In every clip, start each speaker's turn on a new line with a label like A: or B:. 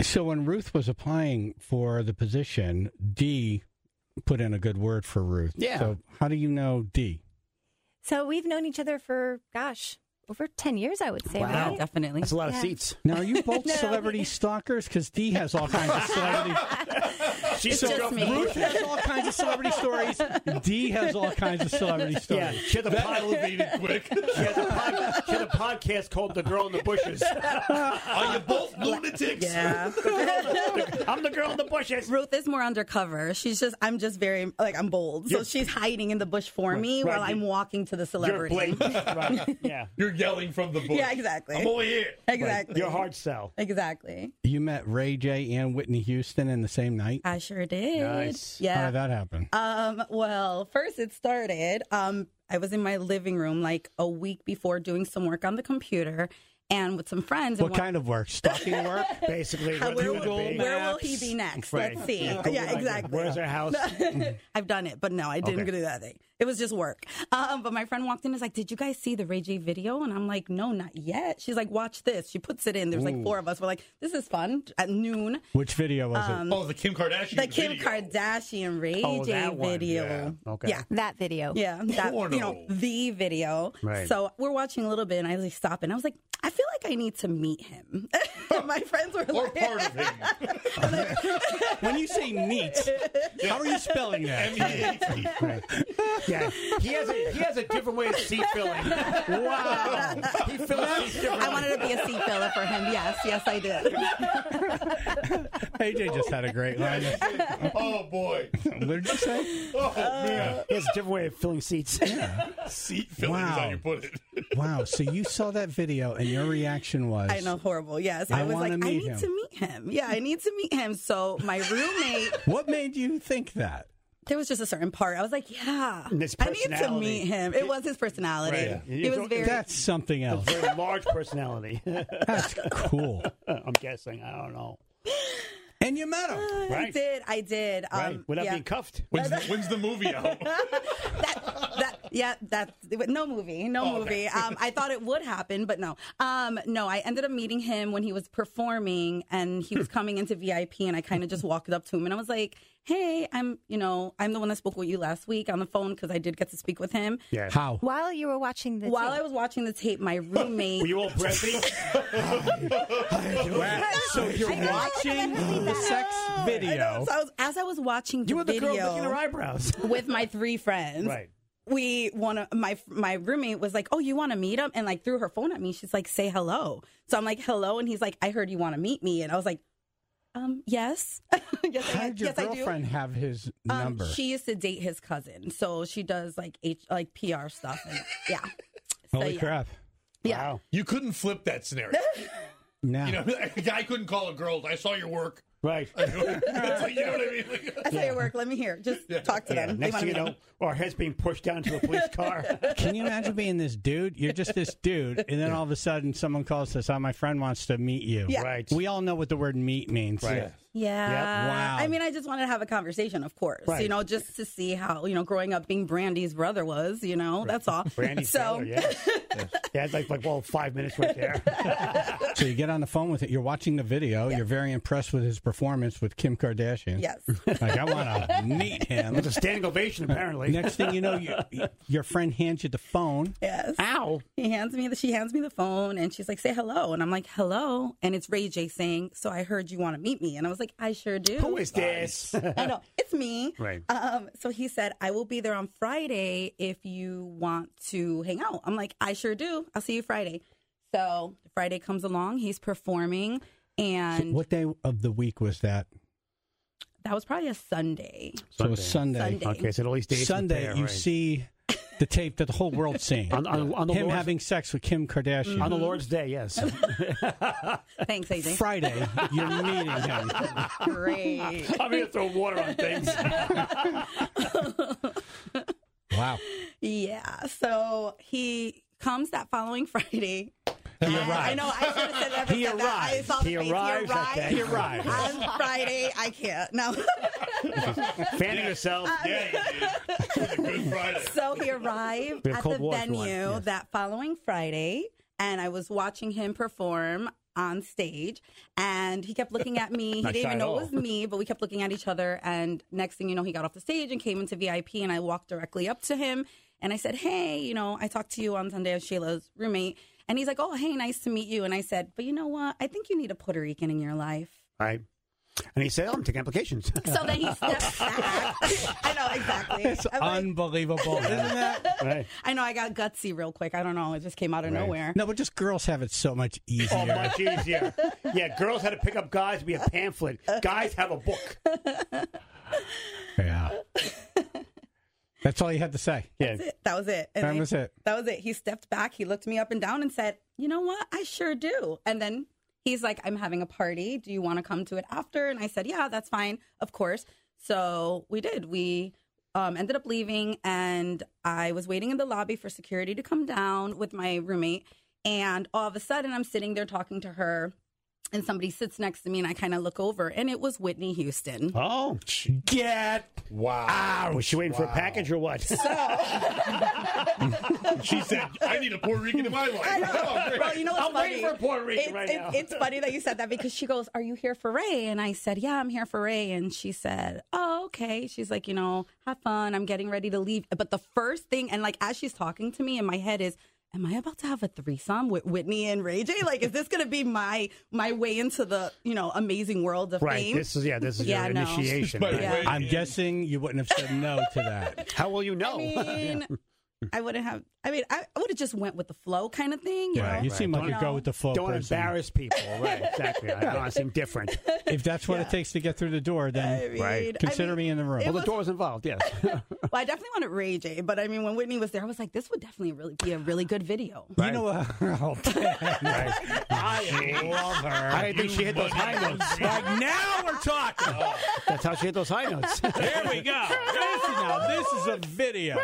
A: So when Ruth was applying for the position, D put in a good word for Ruth.
B: Yeah.
A: So how do you know D?
C: So we've known each other for, gosh, over 10 years, I would say,
B: Wow.
C: right?
D: Definitely.
B: That's a lot of
C: Yeah.
B: seats.
A: Now, are you both
C: No.
A: celebrity stalkers? Because D has all kinds of celebrity.
B: She's
D: So- just me.
A: Ruth has all kinds of celebrity stories. D has all kinds of celebrity
B: Yeah,
A: stories.
B: she had, a pod-
E: elevated quick.
B: she, had a pod- she had a podcast called "The Girl in the Bushes."
E: Are you both lunatics?
D: Yeah.
B: I'm the girl in the bushes.
D: Ruth is more undercover. She's just, I'm just very, like, I'm bold. So
B: You're-
D: she's hiding in the bush for me
B: right,
D: while
B: you-
D: I'm walking to the
B: You're
D: celebrity.
B: Blake. Right. Yeah,
E: You're yelling from the bush.
D: Yeah, exactly.
E: I'm over here.
D: Exactly.
B: your hard sell.
D: Exactly.
A: You met Ray J and Whitney Houston in the same night.
D: I sure did.
B: Nice.
A: How
D: Yeah.
A: did that happen?
D: Um, well, first it started. Um, I was in my living room like a week before doing some work on the computer and with some friends. and
A: what kind of work? Stalking work?
B: Basically,
D: how-
B: what
D: where,
B: would
D: will,
B: be.
D: where will he be next?
B: Right.
D: Let's see.
B: Yeah,
D: Yeah,
B: Google like,
D: exactly.
B: Where's our house?
D: I've done it, but no, I didn't
B: Okay.
D: do that thing. It was just work. Um, but my friend walked in and was like, Did you guys see the Ray J video? And I'm like, No, not yet. She's like, Watch this. She puts it in. There's like four of us. We're like, This is fun at noon.
A: Which video was it?
E: Oh, the Kim Kardashian.
D: The Kim
E: video.
D: Kardashian Ray
B: Oh,
D: J
B: that one.
D: video.
B: Yeah. Okay.
D: Yeah.
C: That video.
D: Yeah, that, you know
E: Porno.
D: the video.
B: Right.
D: So we're watching a little bit, and I was like stopping. I was like, I feel like I need to meet him. My friends were
E: Or
D: like,
E: part of him.
A: When you say meet, how are you spelling that?
E: E M-E-A-T.
B: Yeah, he has a he has a different way of seat filling. Wow, he fills seats differently.
D: I wanted to be a seat filler for him. Yes, yes, I did.
A: AJ just had a great line.
E: Oh boy.
A: What did you say?
E: Oh
D: Uh,
E: man.
B: He has a different way of filling seats.
E: Seat filling is
A: Wow.
E: how you put it.
A: Wow. So you saw that video and your reaction was
D: I know, horrible. Yes, I,
A: I
D: was
A: wanna
D: like, I
A: meet
D: need
A: him.
D: to meet him. Yeah, I need to meet him. So my roommate,
A: What made you think that?
D: there was just a certain part. I was like, yeah,
B: And his
D: I need to
B: personality.
D: meet him. It was his personality.
E: Right.
D: He was very.
A: That's something else.
B: Very large personality.
A: That's cool.
B: I'm guessing. I don't know.
A: And you met him.
D: I
B: Right.
D: did. I did. Um,
B: right. Without
D: yeah.
B: being cuffed.
E: When's the, when's the movie out?
D: that, that, yeah, that, no movie, no
E: Oh, okay.
D: movie. Um, I thought it would happen, but no. Um, no, I ended up meeting him when he was performing and he was coming into VIP and I kind of just walked up to him and I was like, Hey, I'm, you know, I'm the one that spoke with you last week on the phone because I did get to speak with him.
B: Yeah.
A: How?
C: While you were watching the
D: While
C: tape-
D: I was watching the tape, my roommate.
B: Were you all breathy?
A: So you're
C: I know, I
A: watching
C: haven't seen
A: the
C: that.
A: sex
D: I know,
A: video.
D: so I was, as I was watching the
B: you were the
D: video
B: girl licking her eyebrows.
D: with my three friends,
B: Right.
D: we want to my my roommate was like oh you want to meet him and like threw her phone at me she's like say hello so i'm like hello and he's like i heard you want to meet me and i was like um yes yes,
A: How
D: I,
A: did your
D: yes I do
A: girlfriend have his
D: um,
A: number?
D: she used to date his cousin so she does like h like pr stuff and, yeah
A: Holy
D: yeah.
A: crap.
D: yeah
B: Wow.
E: You couldn't flip that scenario.
A: Now,
E: You know, a guy couldn't call a girl. I saw your work.
B: Right.
E: It's like, you know what I mean?
D: i saw your work let me hear just talk to
B: Yeah.
D: them They
B: Next
D: wanna
B: thing you
D: meet
B: know,
D: him.
B: our head's being pushed down into a police car.
A: can you imagine being this dude? You're just this dude, and then all of a sudden someone calls this, oh, my friend wants to meet you.
D: Yeah.
B: Right.
A: We all know what the word meet means.
B: Right.
D: yeah
A: Wow.
D: i mean i just wanted to have a conversation of course
B: Right.
D: you know just to see how you know growing up being brandy's brother was you know that's all
B: Brandy
D: so
B: Taylor, yeah. Yeah, it's like, like, well, five minutes right there.
A: So you get on the phone with it. You're watching the video. You're very impressed with his performance with Kim Kardashian.
D: yes
A: Like, I want to meet him.
B: It's a standing ovation, apparently.
A: Next thing you know, you, your friend hands you the phone.
D: Yes.
B: Ow.
D: He hands me the she hands me the phone and she's like, say hello. And I'm like, hello. And it's Ray J saying, So I heard you want to meet me. And I was like, I sure do.
B: Who is this?
D: I know. It's me.
B: Right.
D: Um, so he said, I will be there on Friday if you want to hang out. I'm like, I sure do. I'll see you Friday. So Friday comes along, he's performing and
A: What day of the week was that?
D: that was probably a Sunday.
A: So it was Sunday.
D: Sunday.
B: Okay, so at least dates were
A: Sunday,
B: there,
A: you
B: right.
A: see the tape that the whole world's seeing.
B: on, on, on the
A: him
B: Lord's,
A: having sex with Kim Kardashian.
B: on the Lord's Day, yes.
D: Thanks,
B: Mm.
D: AJ.
A: Friday, you're meeting him.
D: Great.
B: I'm here to throw water on things.
A: Wow.
D: yeah. So he comes that following Friday
A: He
D: I
A: arrived.
D: know. I should have said that.
A: He
D: said that. I
A: arrives.
D: saw the
B: He
D: face.
B: arrives, I
D: He arrives.
B: think.
A: He arrived.
D: On Friday, I can't. No.
B: Fanning herself.
D: Uh,
E: Yeah, you did. Good Friday.
D: so he arrived
B: We have
D: at
B: cold
D: the
B: war if you
D: venue
B: want, yes.
D: that following Friday, and I was watching him perform. on stage, and he kept looking at me. he
B: Not
D: didn't
B: shy
D: even
B: at
D: know
B: all.
D: it was me, but we kept looking at each other. And next thing you know, he got off the stage and came into VIP, and I walked directly up to him and I said, "Hey, you know, I talked to you on Sunday as Sheila's roommate." And he's like, "Oh, hey, nice to meet you." And I said, "But you know what? I think you need a Puerto Rican in your life."
B: Right. And he said, oh, I'm taking applications.
D: So then he
B: Oh.
D: stepped back. I know exactly.
A: It's
D: I'm like-
A: unbelievable, isn't that?
B: right.
D: I know I got gutsy real quick. I don't know. It just came out of
B: Right.
D: nowhere.
A: No, but just girls have it so much easier.
B: Oh, much easier. Yeah, girls had to pick up guys. We have pamphlet. Guys have a book.
A: yeah. That's all you had to say.
B: Yeah.
D: That was it. And
A: That
D: I-
A: was it.
D: That was it. He stepped back. He looked me up and down and said, "You know what? I sure do." And then he's like, "I'm having a party. Do you want to come to it after?" And I said, "Yeah, that's fine, of course." So we did. We um, ended up leaving, and I was waiting in the lobby for security to come down with my roommate. And all of a sudden, I'm sitting there talking to her, and somebody sits next to me, and I kind of look over, and it was Whitney Houston.
B: Oh, get
E: Wow.
B: Ah, was she waiting for a package or what?
E: She said, I need a Puerto Rican in my life. Oh, great.
D: Bro, you know what's
B: I'm
D: funny?
B: waiting for a Puerto Rican
D: It's-
B: right
D: it's-
B: now.
D: It's funny that you said that because she goes, "Are you here for Ray?" And I said, "Yeah, I'm here for Ray." And she said, "Oh, okay." She's like, "You know, have fun. I'm getting ready to leave." But the first thing, and like as she's talking to me in my head is. Am I about to have a threesome with Whitney and Ray J? Like, is this going to be my my way into the you know amazing world of
B: right.
D: fame?
B: This is yeah. This is
D: Yeah,
B: your
D: no.
B: initiation.
E: By the
B: right?
E: way,
A: I'm guessing you wouldn't have said no to that.
B: How will you
A: Oh.
B: know?
D: I mean, I wouldn't have. I mean, I, I would have just went with the flow kind of thing. You
A: Right.
D: know?
A: You seem like
B: Don't-
A: you go with the flow.
B: Don't
A: person.
B: embarrass people. Right. Exactly. I don't want to seem different.
A: If that's what it takes to get through the door,
D: I
A: then
D: mean,
B: Right.
D: I
A: consider
D: mean,
A: me in the room.
D: it
B: Well, the
D: was-
B: door was involved. Yes.
D: Well, I definitely wanted Ray J, but I mean, when Whitney was there, I was like, this would definitely really be a really good video.
A: You know what? Oh,
B: Right. I love her. I didn't think she hit those high notes.
A: like now we're talking.
B: That's how she hit those high notes.
A: There we go. Listen now, this is a video.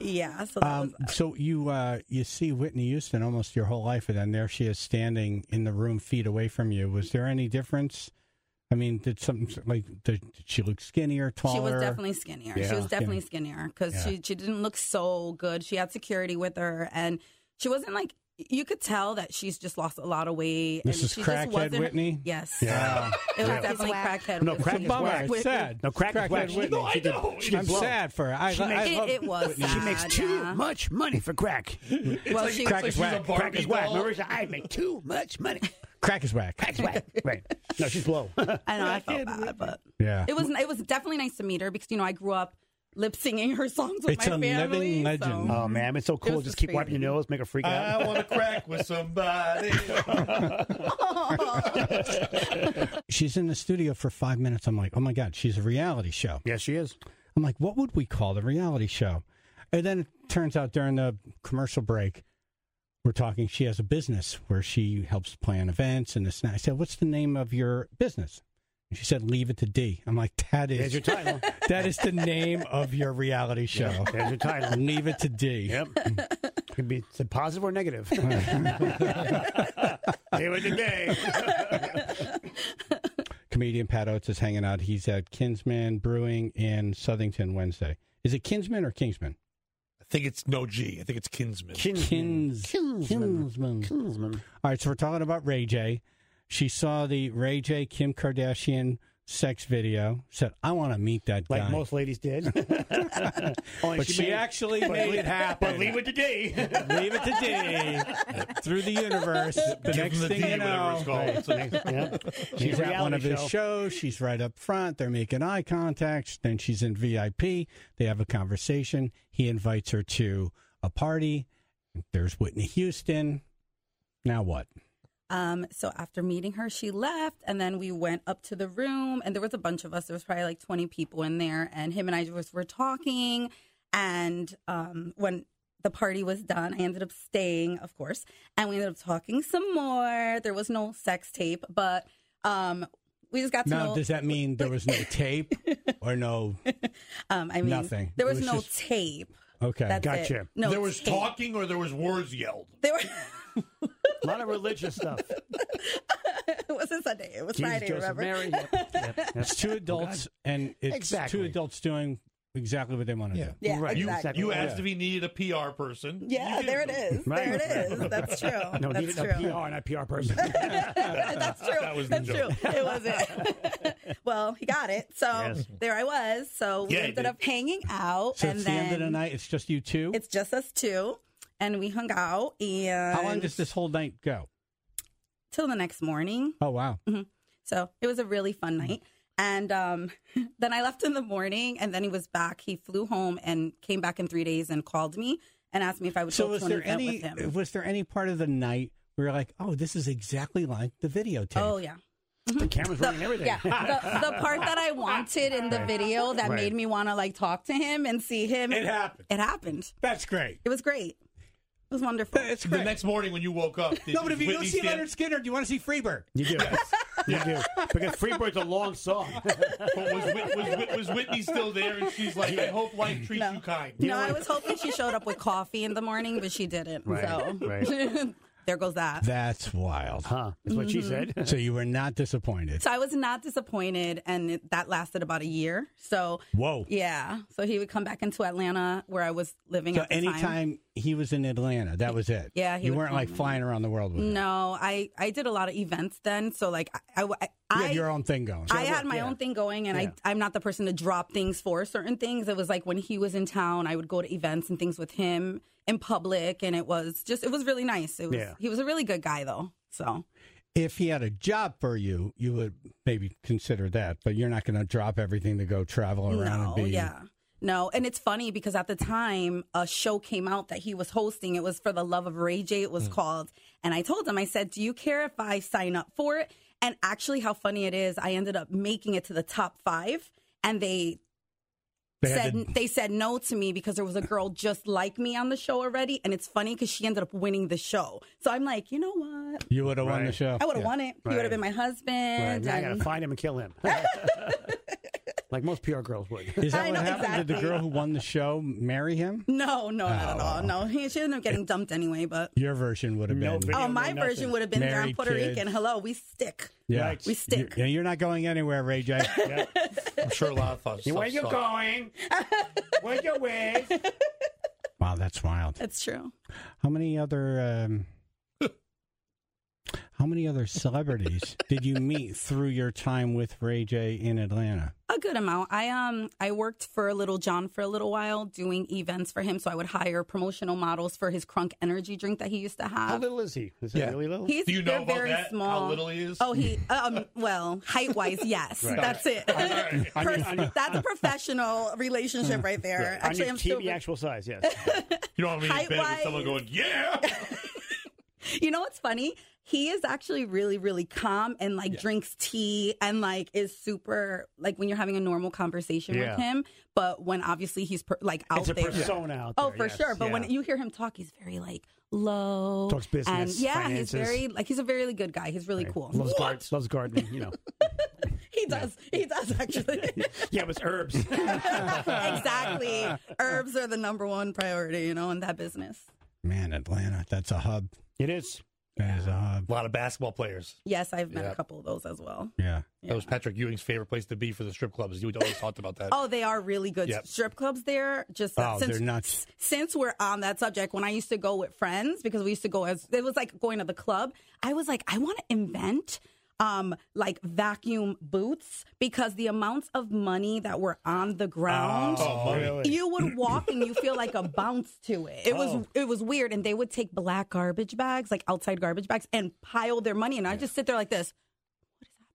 D: Yeah, so that
A: Um,
D: was
A: so you uh, you see Whitney Houston almost your whole life, and then there she is standing in the room, feet away from you. Was there any difference? I mean, did something like did, did she look skinnier, taller?
D: she was definitely skinnier.
B: Yeah.
D: She was definitely skinnier because she she didn't look so good. She had security with her, and she wasn't like you could tell that she's just lost a lot of weight.
A: This
D: and
A: is
D: she
A: crackhead
D: just wasn't,
A: Whitney?
D: Yes,
B: Yeah.
D: it was
B: Yeah.
D: definitely
C: Whack.
D: crackhead.
B: No,
D: Whitney.
B: crack is whack.
A: It's sad.
B: No, crack is
A: Crackhead
B: whack. She
A: Whitney.
B: did- she did-
E: know.
B: she
A: I'm
B: did blow.
A: sad for her. I, I, I
D: It,
A: love
D: it was.
B: She
D: sad,
B: makes too
D: yeah.
B: much money for crack.
D: Well, she
E: Crack
D: was,
E: is whack.
B: Crack is whack. Remember, she said, I make too much money.
A: crack is whack.
B: Crack's whack. Right. No, she's low.
D: I know I felt bad, but
A: Yeah.
D: it was it was definitely nice to meet her because you know I grew up lip singing her songs with
A: It's
D: my
A: a
D: family.
A: living legend.
D: so-
B: Oh, man, it's so cool.
D: was
B: Just
D: just Uh,
B: keep wiping your
D: crazy.
B: nose, make a freak out.
E: I want to crack with somebody.
A: she's in the studio for five minutes. I'm like, oh my god, she's a reality show.
B: Yes, she is.
A: I'm like, what would we call the reality show? And then it turns out during the commercial break, we're talking. She has a business where she helps plan events and this. And that. I said, what's the name of your business? And she said, leave it to D. I'm like, that
B: There's
A: is
B: your title.
A: that is the name of your reality show.
B: There's your title.
A: Leave it to D.
B: Yep. Could be it's a positive or negative. Day with the day.
A: Comedian Pat Oates is hanging out. He's at Kinsman Brewing in Southington Wednesday. Is it Kinsman or Kingsman?
E: I think it's no G. I think it's Kinsman.
A: Kins- Kinsman.
B: Kinsman.
A: All right, so we're talking about Ray J. She saw the Ray J Kim Kardashian sex video. Said, "I want to meet that
B: Like
A: guy."
B: most ladies did. Only
A: but she,
B: made-
A: actually
B: but
A: made
B: leave-
A: it happen.
B: But leave it today.
A: Leave it today through the universe. The
E: Give him
A: next
E: the
A: thing
E: D,
A: you
E: whatever
A: know,
E: it's called. It's a-
A: she's at one of his shows. She's right up front. They're making eye contact. Then she's in VIP. They have a conversation. He invites her to a party. There's Whitney Houston. Now what?
D: Um, so after meeting her, she left, and then we went up to the room, and there was a bunch of us. There was probably like twenty people in there, and him and I just were talking. And um, when the party was done, I ended up staying, of course, and we ended up talking some more. There was no sex tape, but um, we just got to
A: Now,
D: know.
A: does that mean there was no tape or no?
D: um, I mean,
A: nothing?
D: There
A: It
D: was,
A: was
D: no
A: just-
D: tape.
A: Okay,
D: That's
B: Gotcha.
D: It. No,
E: there was
D: tape.
E: talking or there was words yelled.
D: There were.
B: A lot of religious stuff.
D: it wasn't Sunday. It was
B: Jesus,
D: Friday.
B: Joseph,
D: remember?
A: Oh,
B: Mary. Yep, yep, yep.
A: It's two adults, and it's
B: Exactly.
A: two adults doing exactly what they want to
F: Yeah.
A: do.
D: Yeah,
F: Right.
E: You,
D: exactly.
E: you
F: Yeah.
E: asked if he needed a PR person.
D: yeah,
E: You
D: there it
E: gave him.
D: is.
A: Right.
D: There it is. That's true.
F: No,
D: That's
F: needed
D: true.
F: a PR, not PR person.
D: That's true.
E: That was the
D: That's
E: joke.
D: true. It wasn't. well, he got it. So
F: Yes.
D: there I was. So we
E: Yeah, he
D: ended
E: did.
D: up hanging out,
A: So
D: and
A: it's the
D: then
A: end of the night. It's just you two.
D: it's just us two, and we hung out and
A: How long does this whole night go?
D: till the next morning.
A: Oh wow!
D: So it was a really fun
A: Mm-hmm.
D: night. And um, then I left in the morning, and then he was back. He flew home and came back in three days and called me and asked me if I would
A: So
D: go
A: was
D: to an
A: there
D: event
A: any
D: with him.
A: was there any part of the night where you're like, oh, this is exactly like the videotape?
D: Oh yeah.
F: the camera's running everything.
D: Yeah, the, the part that I wanted in the video that
F: Right.
D: made me want to like talk to him and see him.
E: It happened.
D: It happened.
A: that's great.
D: It was great. It was wonderful.
A: That's
E: The
A: great.
E: next morning when you woke up, did
A: no, but if you don't
E: Whitney
A: see
E: stand-
A: Leonard Skinner, do you want to see Freebird?
F: You do. You do. Because Freebird's a long song.
E: But was, Whit- was, Whit- was Whitney still there? And she's like, I hope life treats you kind.
D: no, I was hoping she showed up with coffee in the morning, but she didn't.
F: Right,
D: So there goes that.
A: That's wild.
F: Huh. That's what
D: Mm-hmm.
F: she said.
A: So you were not disappointed.
D: So I was not disappointed, and it, that lasted about a year. So
A: Whoa.
D: yeah, so he would come back into Atlanta where I was living.
A: So
D: at the
A: anytime
D: time.
A: he was in Atlanta, that was it.
D: Yeah, he
A: you
D: would
A: weren't like
D: come in.
A: flying around the world with him.
D: No, I I did a lot of events then. So like I I,
A: you
D: I
A: had your own thing going.
D: I had my own thing going, and
F: Yeah.
D: I, I'm not the person to drop things for certain things. It was like when he was in town, I would go to events and things with him in public, and it was just, it was really nice. It was,
F: Yeah.
D: He was a really good guy, though. So,
A: if he had a job for you, you would maybe consider that, but you're not going to drop everything to go travel around
D: no,
A: and be.
D: yeah. No, and it's funny because at the time, a show came out that he was hosting. It was for the love of Ray J, it
A: Hmm.
D: was called. And I told him, I said, Do you care if I sign up for it? And actually, how funny it is, I ended up making it to the top five, and they
A: They had
D: said
A: to-
D: they said no to me because there was a girl just like me on the show already, and it's funny because she ended up winning the show. So I'm like, you know what?
A: you would have won the
F: Right.
A: show.
D: I would have won it. He would have been my
F: Right,
D: husband.
F: now I got
D: and-
F: to find him and kill him. like most PR girls would.
A: Is that
D: I
A: what
D: know,
A: happened? Did the
D: exactly.
A: girl who won the show marry him?
D: no, no, not
A: Oh,
D: at all. No, he, she ended up getting dumped anyway. But
A: Your version would have
F: No
A: been.
F: video.
D: oh,
F: no,
D: my
F: nothing.
D: version would have been there. I'm
A: Married
D: Puerto
A: kids.
D: Rican. Hello, we stick.
A: Yeah.
F: Right.
D: We stick.
A: You're, you're not going anywhere, Ray J.
E: I'm sure a lot of us.
F: Where you
E: sucked.
F: going? Where you with?
A: wow, that's wild.
D: That's true.
A: How many other um, how many other celebrities did you meet through your time with Ray J in Atlanta?
D: A good amount. I um I worked for Little John for a little while doing events for him, so I would hire promotional models for his Crunk Energy drink that he used to
F: How
D: have.
F: little is he? Is he
E: Yeah.
F: really little?
D: He's
E: Do you know
D: they're
E: about
D: very
E: that?
D: small.
E: How little he is?
D: Oh, he um. Well, height wise, yes,
F: Right.
D: that's it.
F: I mean- I mean-
D: that's a professional relationship right there.
F: On
D: Actually,
F: your
D: I'm
F: TV
D: still. Oh,
F: actual size, yes.
E: You know what I mean? In bed with
D: Height-wise.
E: someone going, yeah.
D: You know what's funny? He is actually really, really calm and like drinks tea and like is super like when you're having a normal conversation
F: Yeah.
D: with him. But when obviously he's per, like out
F: It's a
D: there.
F: persona out there.
D: Oh, for
F: yes,
D: sure. But
F: yeah.
D: when you hear him talk, he's very like low.
F: Talks business,
D: And yeah,
F: finances.
D: he's very like he's a very good guy. He's really cool.
F: Loves, gar- loves gardening, you know.
D: He does. He does actually.
F: yeah, it was herbs.
D: exactly. Herbs are the number one priority, you know, in that business.
A: Man, Atlanta, that's a hub.
F: it is.
A: That is a hub.
E: A lot of basketball players.
D: Yes, I've met
E: Yeah.
D: a couple of those as well.
A: Yeah.
E: That was Patrick Ewing's favorite place to be for the strip clubs. He would always talk about that.
D: Oh, they are really good
E: Yep.
D: strip clubs there. Just uh,
A: Oh,
D: since
A: they're nuts.
D: since we're on that subject, when I used to go with friends because we used to go as it was like going to the club, I was like, I want to invent um like vacuum boots because the amounts of money that were on the ground
E: Oh,
F: really?
D: you would walk and you feel like a bounce to it. It was it was weird, and they would take black garbage bags, like outside garbage bags, and pile their money. And I just sit there like this.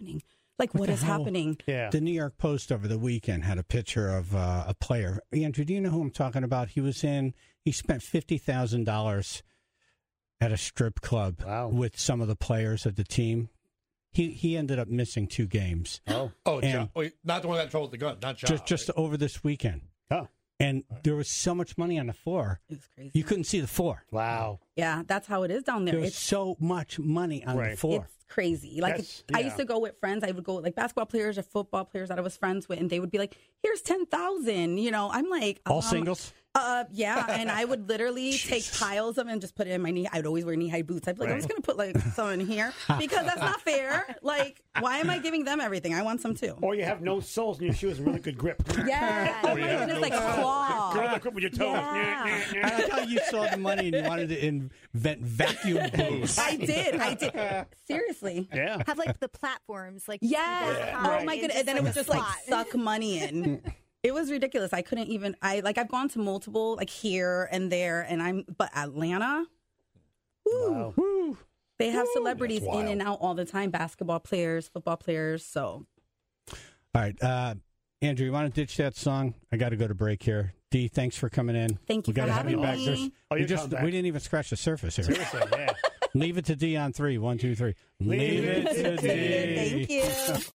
D: What is happening? Like what
A: the
D: is
A: hell?
D: happening?
F: Yeah.
A: The New York Post over the weekend had a picture of uh, a player. Andrew, do you know who I'm talking about? He was in, he spent $50,000 at a strip club
F: Wow.
A: with some of the players of the team. He, he ended up missing two games
F: Oh.
E: Oh,
A: And-
E: Ja- wait, not the one that had trouble with the gun. Not John.
A: just, just over this weekend.
F: Huh.
A: And there was so much money on the floor,
D: It was crazy.
A: you couldn't see the floor.
F: Wow.
D: yeah, that's how it is down there.
A: There was
D: It's
A: so much money on the
F: Right.
A: floor.
D: It's crazy. Like
F: That's-
D: I
F: yeah.
D: used to go with friends. I would go with like basketball players or football players that I was friends with, and they would be like, "Here's ten thousand. You know, I'm like,
A: All
D: um,
A: singles?
D: Uh, yeah, and I would literally take piles of them and just put it in my knee. I'd always wear knee high boots. I'd be like, I'm just gonna put like some in here because that's not fair. Like, why am I giving them everything? I want some too.
G: Or you have no soles in your shoes and really good grip.
D: Yeah, oh, my goodness, like claw.
G: Grip the grip with your toes.
C: Yeah.
G: Nyeh, nyeh,
A: I
G: nyeh.
A: like how you saw the money and you wanted to invent vacuum boots.
D: I did. I did. Seriously.
G: Yeah.
C: Have like the platforms, like
D: Yes. Oh my goodness. And then it was just like
C: suck.
D: suck money in. It was ridiculous. I couldn't even. I like. I've gone to multiple, like here and there, and I'm. But Atlanta, woo,
G: Wow.
D: they have celebrities
G: That's wild.
D: in and out all the time. Basketball players, football players. So
A: All right, uh, Andrew, you want to ditch that song? I got to go to break here. D, thanks for coming in.
D: Thank you
A: we gotta
D: for
A: have you back.
D: having
A: There's-
D: me.
G: Oh,
A: we
G: you're
A: just
G: coming back.
A: we didn't even scratch the surface here.
G: Seriously, yeah.
A: Leave it to D on three. One, two, three. Leave,
G: it
A: it to
D: thank
A: D.
D: you.